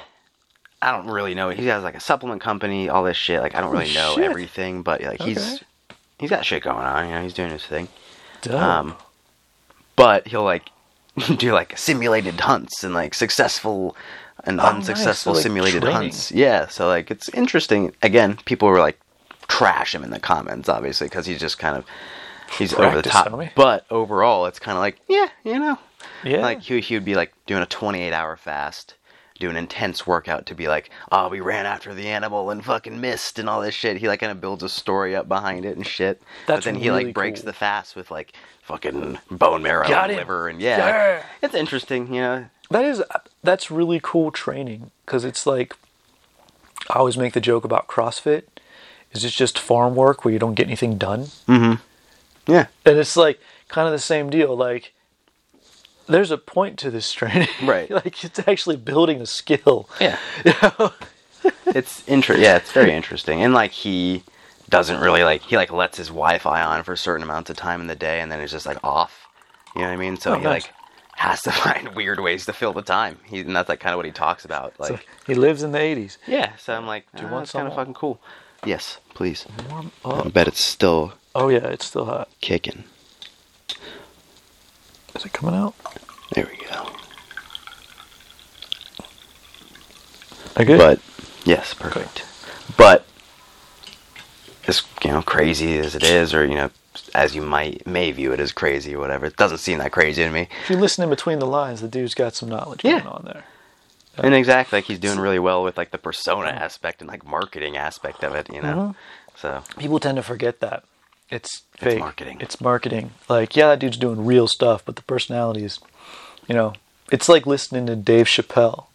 I don't really know. He has like a supplement company, all this shit. Like I don't
Holy
really know
shit.
everything, but like he's
Okay. Oh.
he's got shit going on. You know, he's doing his thing.
Dope.
Um, but he'll like do like simulated hunts and like successful and
Oh, nice.
unsuccessful
So, like,
simulated
training.
hunts. Yeah, so like it's interesting. Again, people were like trash him in the comments, obviously, because he's just kind of he's over the
Practice,
top.
homie.
But overall, it's kind of like yeah, you know,
Yeah.
like he he would be like doing a 28 hour fast. Do an intense workout to be like, oh, we ran after the animal and fucking missed and all this shit. He like kind of builds a story up behind it and shit. but
That's
then he
really
like breaks
cool.
the fast with like fucking bone marrow
Got
and
it.
liver and yeah,
Yeah.
it's interesting you know
That is that's really cool training because it's like I always make the joke about CrossFit. Is it's just farm work where you don't get anything done?
yeah
And it's like kind of the same deal. Like there's a point to this training,
Right.
like it's actually building a skill.
yeah
You know?
it's inter- yeah, it's very interesting. And like he doesn't really like he like lets his Wi-Fi on for certain amounts of time in the day, and then it's just like off. You know what I mean? So
Oh,
he
nice.
like has to find weird ways to fill the time. He, and that's like kind of what he talks about. Like
So he lives in the 80s.
yeah, so I'm like, do
you want
you want kind of
some?
fucking cool? Yes, please.
Warm
I
up.
bet it's still
Oh yeah, it's still hot.
kicking.
Is it coming out?
There we go.
I good?
But yes, perfect. But as you know, crazy as it is, or you know, as you might may view it as crazy or whatever, it doesn't seem that crazy to me.
if you listen in between the lines, the dude's got some knowledge
Yeah.
going on there.
And exactly, like he's doing really well with like the persona aspect and like marketing aspect of it, you
Uh-huh.
know. So
People tend to forget that. It's fake.
marketing.
It's marketing. Like, yeah, that dude's doing real stuff, but the personality is, you know, it's like listening to Dave Chappelle.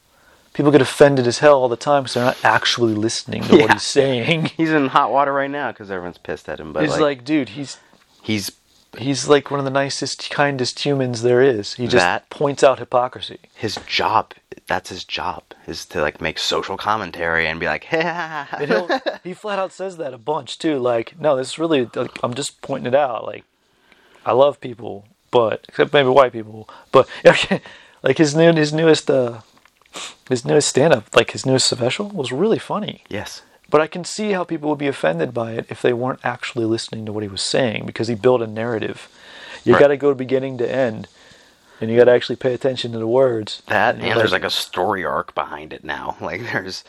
People get offended as hell all the time because they're not actually listening to what
Yeah.
he's saying.
he's in hot water right now because everyone's pissed at him. But
It's
like,
like, dude, he's
he's
he's like one of the nicest, kindest humans there is. He just
That-
points out hypocrisy.
his job. That's his job is to like make social commentary and be like,
And he'll, he flat out says that a bunch too. Like, no, this is really. Like, I'm just pointing it out. Like, I love people, but except maybe white people. But like his new his newest uh his newest stand up, like his newest special, was really funny.
yes,
But I can see how people would be offended by it if they weren't actually listening to what he was saying because he built a narrative. You
Right.
got to go beginning to end, and you got to actually pay attention to the words.
that
And
and,
you're
there's like a story arc behind it now. Like there's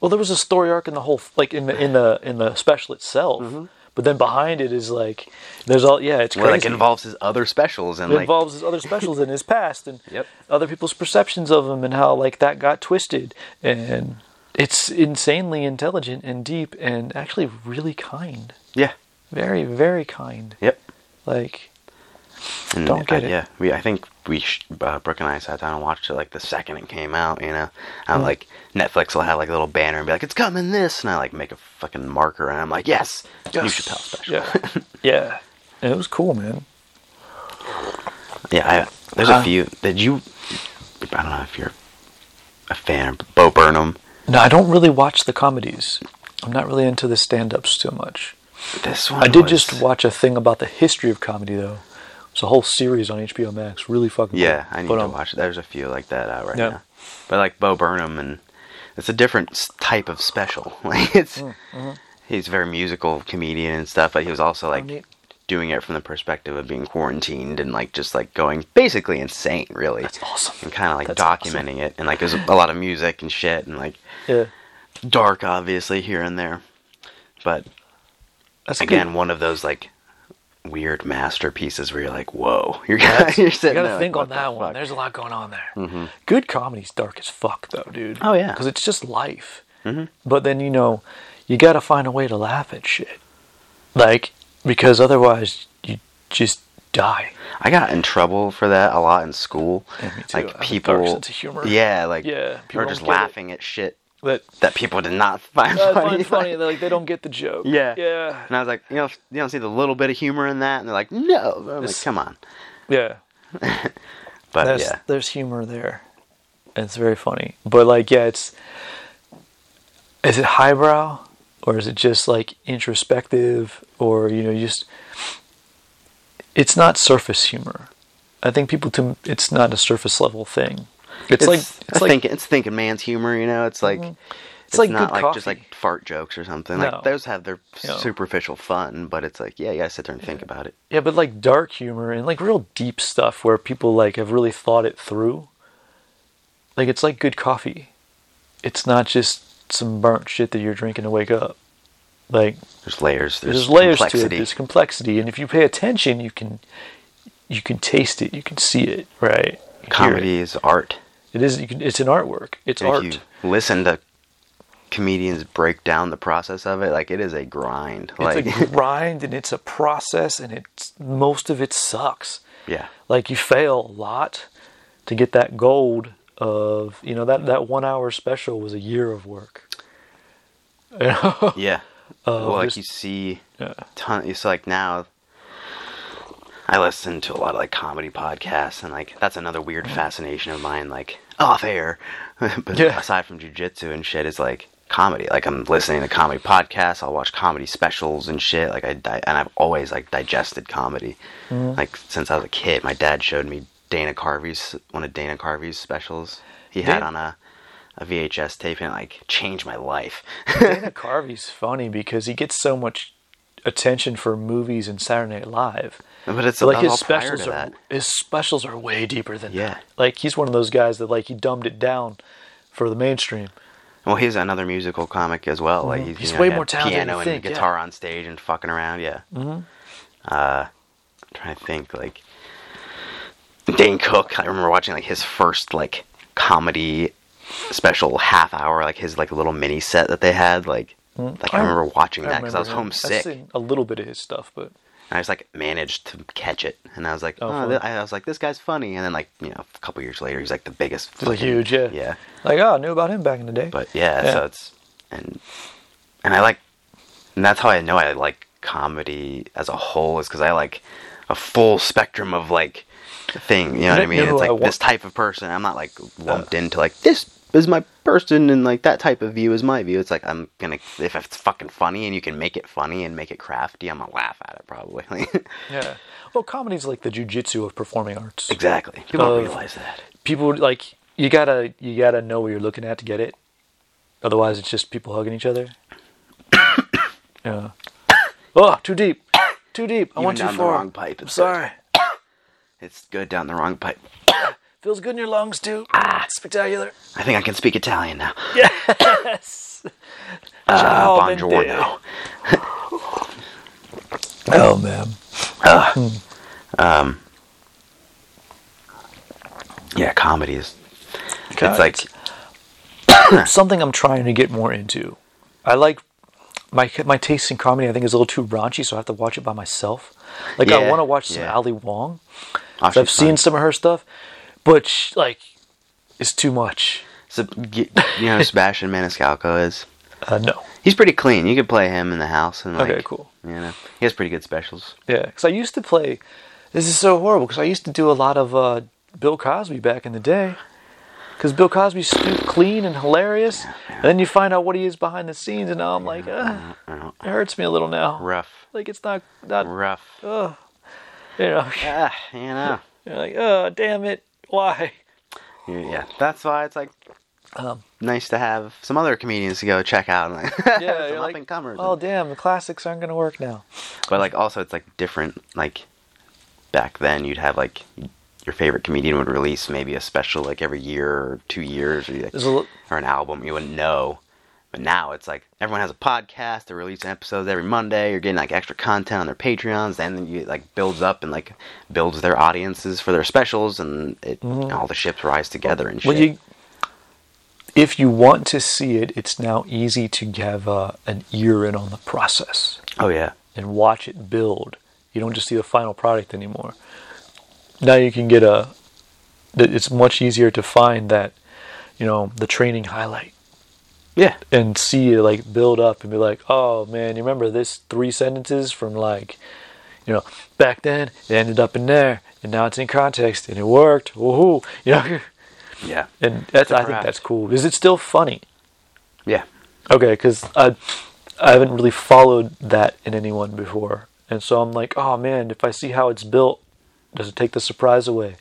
Well, there was a story arc in the whole, like in the in the in the special itself, but then behind it is like there's all yeah, it's
well, Mm-hmm. like
crazy.
involves his other specials and
it
like
involves his other specials in his past and
Yep.
other people's perceptions of him and how like that got twisted and it's insanely intelligent and deep and actually really kind,
yeah,
very very kind.
yep.
Like
And
Don't get
uh,
it.
Yeah, we. I think we. Sh- uh, Brooke and I sat down and watched it like the second it came out. You know,
Hmm.
I'm like Netflix will have like a little banner and be like, "It's coming this," and I like make a fucking marker and I'm like, "Yes, new Chappelle special."
yeah, yeah, and it was cool, man.
Yeah, I, there's
Huh?
a few. Did you? I don't know if you're a fan of Bo Burnham.
No, I don't really watch the comedies. I'm not really into the stand-ups too much.
This one.
I did
was-
just watch a thing about the history of comedy, though. It's a whole series on HBO Max. Really fucking.
Yeah,
cool.
I need
But,
to
um,
watch. There's a few like that out right
Yeah.
now. But like Bo Burnham, and it's a different s- type of special. Like it's
Mm, mm-hmm.
he's a very musical comedian and stuff, but he was also like
neat.
doing it from the perspective of being quarantined and like just like going basically insane, really. That's
awesome.
And kind of like
That's
documenting it, and like there's a lot of music and shit, and like
Yeah,
dark, obviously here and there, but
that's
again,
Good.
one of those like weird masterpieces where you're like, whoa, you're, you're sitting
You gotta
there, like,
think
what
on
the
that one.
fuck? Mm-hmm.
There's a lot going on there. Good comedy's dark as fuck, though, dude.
Oh, yeah. Mm-hmm.
Because it's just life. But then you know, you gotta find a way to laugh at shit. Like because otherwise you just die.
I got in trouble for that a lot in school.
Yeah, me too. I have
Like
a dark
people,
sense of humor.
Yeah, like
Yeah,
people
people
were
don't
just
get it.
laughing at shit
That
that people did not find
I
funny.
find funny.
Like,
They're like they don't get the joke.
yeah,
Yeah.
And I was like, you know, you don't see the little bit of humor in that, and they're like, no. I'm like,
This-
come on.
Yeah.
But
there's
yeah,
there's humor there. And It's very funny, but like yeah, it's is it highbrow or is it just like introspective or you know just it's not surface humor. I think people to it's not a surface level thing. It's, like
it's,
it's like Mm-hmm.
thinking, it's thinking man's humor. You know, it's like. It's,
like
not
good
like just
coffee.
like fart jokes or something.
No.
Like those have their
No.
superficial fun, but it's like, yeah, you gotta sit there and think about it.
yeah, but like dark humor and like real deep stuff where people like have really thought it through. Like it's like good coffee. It's not just some burnt shit that you're drinking to wake up. Like
There's layers. There's,
there's, layers to
complexity.
it. There's complexity, and if you pay attention, you can you can taste it, you can see it, right? You hear
Comedy is art.
It, it is. You can, it's an artwork. It's
And
art.
If you listen to comedians break down the process of it, like it is a grind. like
it's a grind, and it's a process, and it's most of it sucks.
yeah,
Like you fail a lot to get that gold of you know that that one hour special was a year of work.
yeah. well, like
just-
you see,
Yeah.
ton. It's like now. I listen to a lot of like comedy podcasts, and like that's another
Mm.
weird fascination of mine. Like off air, but
Yeah.
aside from jujitsu and shit, is like comedy. Like I'm listening to comedy podcasts. I'll watch comedy specials and shit. Like I di- and I've always like digested comedy.
Mm-hmm.
Like since I was a kid, my dad showed me Dana Carvey's one of Dana Carvey's specials he had
Dan-
on a a VHS tape and it, like changed my life.
Dana Carvey's funny because he gets so much attention for movies and Saturday Night Live.
but it's
like
like
his
all prior
specials
to
are
that.
his specials are way deeper than
Yeah.
that. Like he's one of those guys that like he dumbed it down for the mainstream.
Well, he's another musical comic as well. Like he's,
He's
you know,
way
had
more talented than
Piano
you
and
think, yeah.
guitar on stage and fucking around. Yeah. Mm-hmm. Uh, I'm trying to think like Dane Cook. I remember watching like his first like comedy special half hour, like his like little mini set that they had. Like, like I
Mm-hmm. I-
remember watching that because I was
remember him. I've
homesick.
seen a little bit of his stuff, but
And I just like managed to catch it, and I was like,
Oh,
oh,
for
th-
real?
I was like, this guy's funny. And then like you know, a couple years later, he's like the biggest.
he's like
fucking-
huge, yeah.
Yeah.
Like oh, I knew about him back in the day.
But yeah,
Yeah.
so it's and and I like and that's how I know I like comedy as a whole is because I like a full spectrum of like thing. You know what I
You
mean?
know
It's
who I Uh.
like
wa-
this type of person. I'm not like lumped into like this is my person and like that type of view is my view. It's like I'm gonna if it's fucking funny and you can make it funny and make it crafty, I'm gonna laugh at it probably.
Yeah. Well, comedy's like the jujitsu of performing arts.
exactly. People
Uh,
don't realize that.
People would, like you gotta you gotta know what you're looking at to get it. Otherwise, it's just people hugging each other. yeah. Oh, too deep. Too deep. I went too
down the
far.
wrong pipe,
I'm
it's
sorry.
It's good down the wrong pipe.
Feels good in your lungs too.
Ah.
Spectacular.
I think I can speak Italian now.
Yes.
Uh,
Ciao,
buongiorno.
Monday. Oh man.
Yeah, comedy is.
God,
it's like
something I'm trying to get more into. I like my my taste in comedy. I think is a little too raunchy, so I have to watch it by myself. Like I
Yeah,
want to watch some
yeah.
Ali Wong.
oh,
So I've
she's
seen
fun.
some of her stuff, but sh like, it's too much.
So, y- you know, who Sebastian Maniscalco is.
Uh, no.
He's pretty clean. You could play him in the house and like.
Okay, cool.
You know, he has pretty good specials.
Yeah, because I used to play. This is so horrible because I used to do a lot of uh, Bill Cosby back in the day. Because Bill Cosby's stupid, clean, and hilarious, and then you find out what he is behind the scenes, and now I'm like, Ugh,
Uh,
it hurts me a little now.
Rough,
Like it's not not
rough.
Oh. you know
Ah, you know.
you're like oh damn it why
You- Yeah, that's why it's like
Um,
nice to have some other comedians to go check out. And like,
yeah
some
you're
up
like
and comers.
oh damn the classics aren't gonna work now
But like, also, it's like different. Like back then, you'd have like your favorite comedian would release maybe a special like every year or two years, or like,
There's a l-
or an album. You wouldn't know. But now it's like everyone has a podcast. They're releasing episodes every Monday. You're getting like extra content on their Patreons. Then you like builds up and like builds their audiences for their specials, and it, all the ships rise together and shit.
Well, Mm-hmm. you, if you want to see it, it's now easy to have uh, an ear in on the process
oh yeah,
and watch it build. You don't just see the final product anymore. Now you can get a. that It's much easier to find that, you know, the training highlight
yeah.
and see it like build up and be like, oh man, you remember this three sentences from like, you know, back then it ended up in there and now it's in context and it worked. Woohoo! You know.
Yeah,
and that's I think
craft.
that's cool. Is it still funny?
yeah.
Okay, because I I haven't really followed that in anyone before, and so I'm like, oh man, if I see how it's built, does it take the surprise away,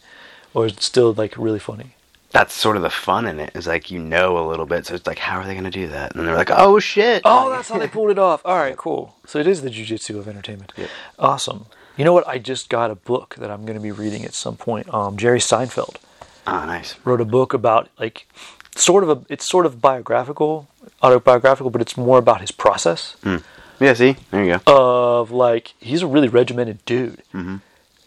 or is it still like really funny?
That's sort of the fun in it. Is like you know a little bit, so it's like, how are they gonna do that? And they're like, oh shit.
Oh, that's how they pulled it off. All right, cool. So it is the jujitsu of entertainment. Awesome. You know what? I just got a book that I'm going to be reading at some point. Um, Jerry Seinfeld.
oh nice.
wrote a book about like sort of a it's sort of biographical autobiographical but it's more about his process
Hmm. Yeah, see, there
Oh.
you go.
of like he's a really regimented dude
Mm-hmm.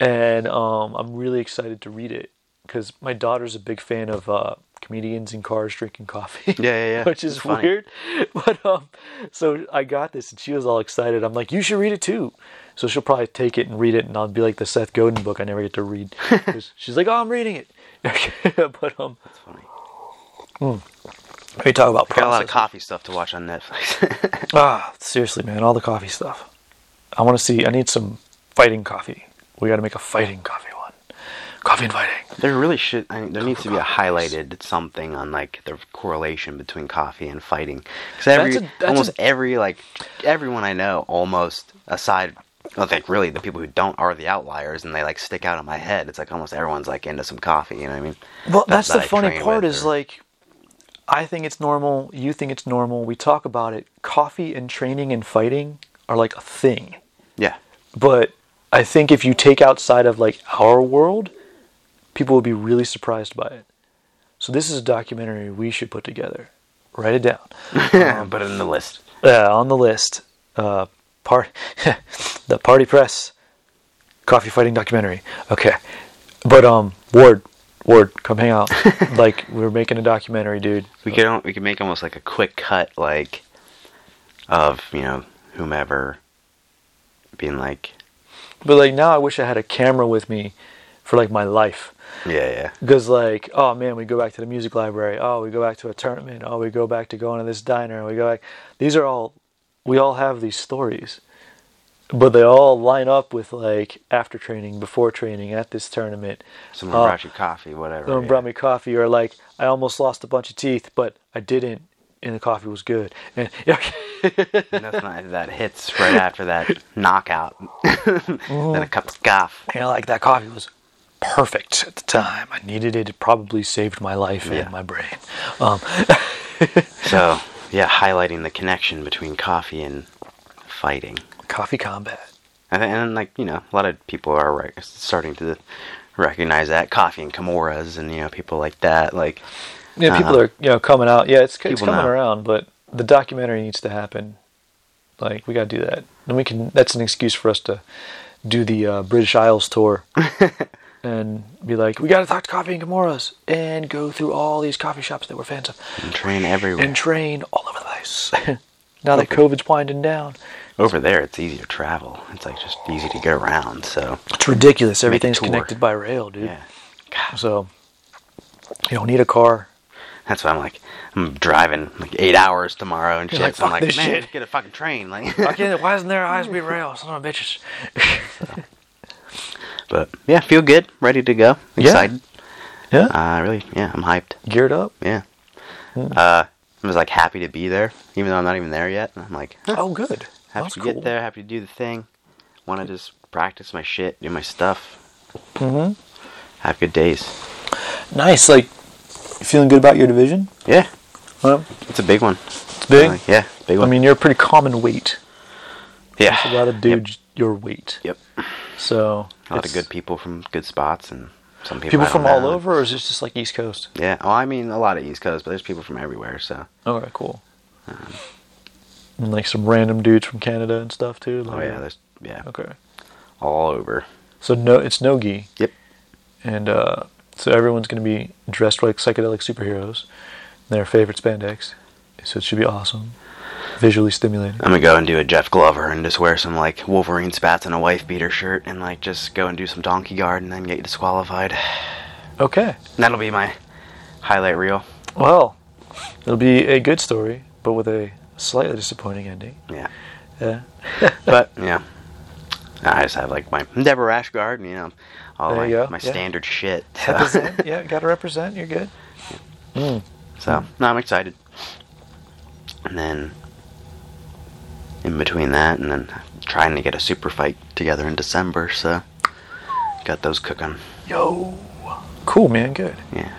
and um, i'm really excited to read it because my daughter's a big fan of uh, comedians in cars drinking coffee
Yeah, yeah, yeah.
which is
It's funny.
weird but um, so i got this and she was all excited i'm like you should read it too so she'll probably take it and read it and i'll be like the seth godin book i never get to read 'Cause she's like oh i'm reading it but um
That's funny.
we talk about
Got a lot of
process.
coffee stuff to watch on Netflix.
Ah, seriously, man, all the coffee stuff. I want to see. I need some fighting coffee. We got to make a fighting coffee one. Coffee inviting.
There really should. I mean, there needs to be a highlighted something on like the correlation between coffee and fighting. Because every
That's a- that's
almost
a-
every like everyone I know, almost aside, well, like really the people who don't are the outliers, and they like stick out in my head. It's like almost everyone's like into some coffee. You know what I mean?
Well, that's,
that
the
I
funny
train
part
with
is
or-
like, I think it's normal. You think it's normal. We talk about it. Coffee and training and fighting are like a thing.
yeah,
But I think if you take outside of like our world, people will be really surprised by it. So this is a documentary we should put together. Write it down. Um,
but in the list.
Uh, on the list, uh, part the Party Press coffee fighting documentary. Okay, but um, Ward, Ward, come hang out. like we're making a documentary, dude.
We could al- we could make almost like a quick cut like of you know whomever being like
But like now, I wish I had a camera with me for like my life.
yeah yeah
Because like, oh man, we go back to the music library. Oh, we go back to a tournament. Oh, we go back to going to this diner. We go back. These are all. We all have these stories, but they all line up with like after training, before training, at this tournament.
someone
Oh,
brought you coffee whatever
someone
yeah.
brought me coffee, or like I almost lost a bunch of teeth, but I didn't, and the coffee was good. And
And that's not, that hits right after that knockout. then a cup of scoff.
you know, like that coffee was perfect at the time. I needed it. It probably saved my life
Yeah.
and my brain. Um,
So, yeah, highlighting the connection between coffee and fighting.
coffee combat.
And, then- and like, you know, a lot of people are rec- starting to recognize that. Coffee and Kimuras and, you know, people like that. Like,
Yeah, people
Uh-huh.
are you know coming out. Yeah, it's, it's
People
coming
know.
around, but the documentary needs to happen. Like we got to do that, and we can. That's an excuse for us to do the uh, British Isles tour and be like, we got to talk to Coffee and Gamoras and go through all these coffee shops that we're fans of
and train everywhere.
and train all over the place. now that COVID's winding down,
Over there, it's easy to travel. It's, like, just easy to get around. So,
it's ridiculous.
Make a
Everything's
tour.
connected by rail, dude.
yeah. God,
So you don't need a car.
that's why I'm like, I'm driving like eight hours tomorrow and shit.
like,
so I'm
"Fuck
like, man,
this shit."
just get a fucking train. Like,
Again, why isn't there high speed rail? Son of a bitches.
But yeah, feel good, ready to go,
Yeah.
excited.
Yeah,
Uh, really, yeah, I'm hyped.
geared up.
Yeah. Uh, I was like happy to be there, even though I'm not even there yet. I'm like huh,
Oh, good.
happy
That's
to
cool.
get there, happy to do the thing. Want to just practice my shit, do my stuff. Mm-hmm. Have good days.
Nice. Like, you feeling good about your division?
Yeah,
Well,
it's a big one.
it's big.
Like, yeah, big
I
one.
mean, you're a pretty common weight.
yeah,
A lot of dudes your weight.
Yep. yep.
So
A lot
it's
of good people from good spots and some people.
people
I don't
from all
know.
over, or is this just like East Coast?
Yeah. Oh, I mean, a lot of East Coast, but there's people from everywhere. So.
Okay, cool. Um, And like some random dudes from Canada and stuff too.
Oh
Like,
yeah, there's yeah,
Okay.
all over.
So no, it's no gi,
Yep.
and uh, so everyone's gonna be dressed like psychedelic superheroes, in their favorite spandex. So it should be awesome, visually stimulating.
I'm gonna go and do a Jeff Glover and just wear some like Wolverine spats and a wife beater shirt and like just go and do some donkey guard and then get disqualified.
Okay.
And that'll be my highlight reel.
Well, it'll be a good story, but with a slightly disappointing ending.
Yeah.
Yeah.
But yeah. I just have like my Deborah Rash guard and you know all
There
my,
you go,
my
yeah.
standard shit. So,
Represent. yeah, gotta represent. You're good. Mm.
so no, I'm excited. And then in between that and then trying to get a super fight together in December, so got those cooking.
Yo. Cool, man. Good.
Yeah.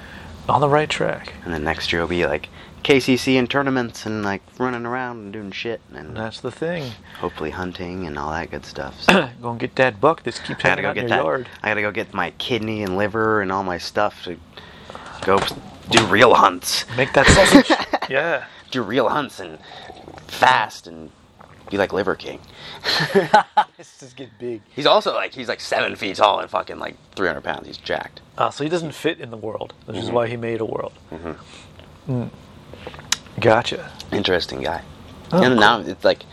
On the right track.
And then next year will be like KCC and tournaments and like running around and doing shit and
That's the thing.
hopefully hunting and all that good stuff. So I
Gonna get that buck that keeps hanging
gotta go
out in
get
your
that.
yard.
I gotta go get my kidney and liver and all my stuff to go do real hunts.
Make that sausage. yeah.
Do real hunts and fast and be like Liver King.
Let's just get big.
He's also like he's like seven feet tall and fucking like 300 pounds. He's jacked.
Uh, so he doesn't fit in the world, which is why he made a world. Mm-hmm. Gotcha.
interesting guy.
Oh,
and
cool.
now it's like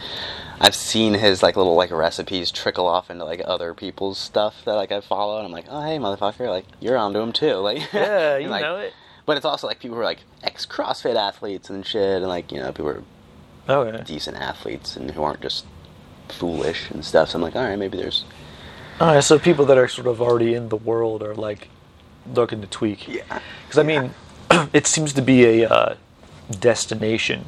I've seen his like little like recipes trickle off into like other people's stuff that like I follow, and I'm like, oh hey motherfucker, like you're onto him too, like
Yeah,
and,
you
like-
know it.
But it's also like people who are like ex CrossFit athletes and shit, and like you know people who are
Okay.
decent athletes and who aren't just foolish and stuff. So I'm like, all right, maybe there's
All right. So people that are sort of already in the world are like looking to tweak.
Yeah.
Because I mean, it seems to be a uh, destination.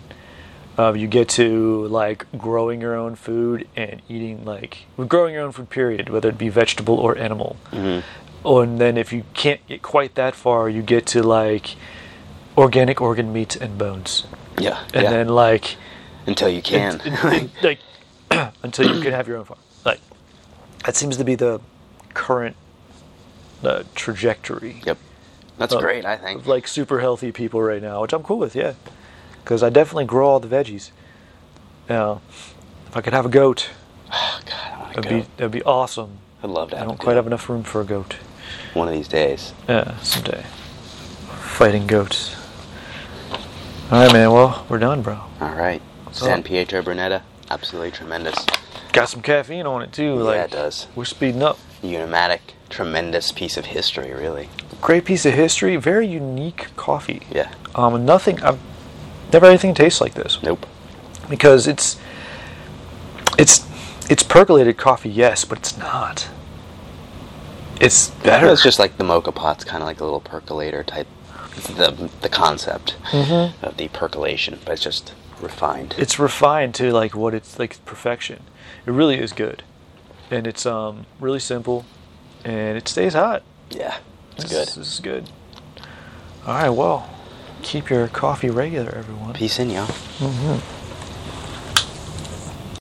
Uh, you get to like growing your own food and eating like growing your own food. Period, whether it be vegetable or animal.
Mm-hmm.
Oh, and then if you can't get quite that far, you get to like organic organ meats and bones,
Yeah.
and
yeah.
then like
until you can.
it- it- like until you can have your own farm. Like that seems to be the current uh, trajectory.
yep. That's
of-
great. I think.
of, like super healthy people right now, which I'm cool with, yeah. Because I definitely grow all the veggies. Now, if I could have a goat,
Oh, God, I want to
that'd
go.
be that'd be awesome.
I'd love to.
I
Have
don't
a
quite
goat
have enough room for a goat.
one of these days.
Yeah, someday. Fighting goats. All right, man. Well, we're done, bro.
All right. San Pietro Brunetta, absolutely tremendous.
Got some caffeine on it too.
Yeah,
like
it does.
We're speeding up.
Unimatic, tremendous piece of history, really.
Great piece of history. Very unique coffee.
Yeah.
Um, nothing. I've never had anything taste like this.
Nope.
because it's it's it's percolated coffee, yes, but it's not. It's better.
It's just like the mocha pot's kind of like a little percolator type. The the concept of the percolation, but it's just refined.
it's refined to like what it's like perfection. It really is good, and it's um really simple, and it stays hot.
yeah, it's
this,
good.
This is good. All right, well, keep your coffee regular, everyone.
Peace in, y'all.
Mhm.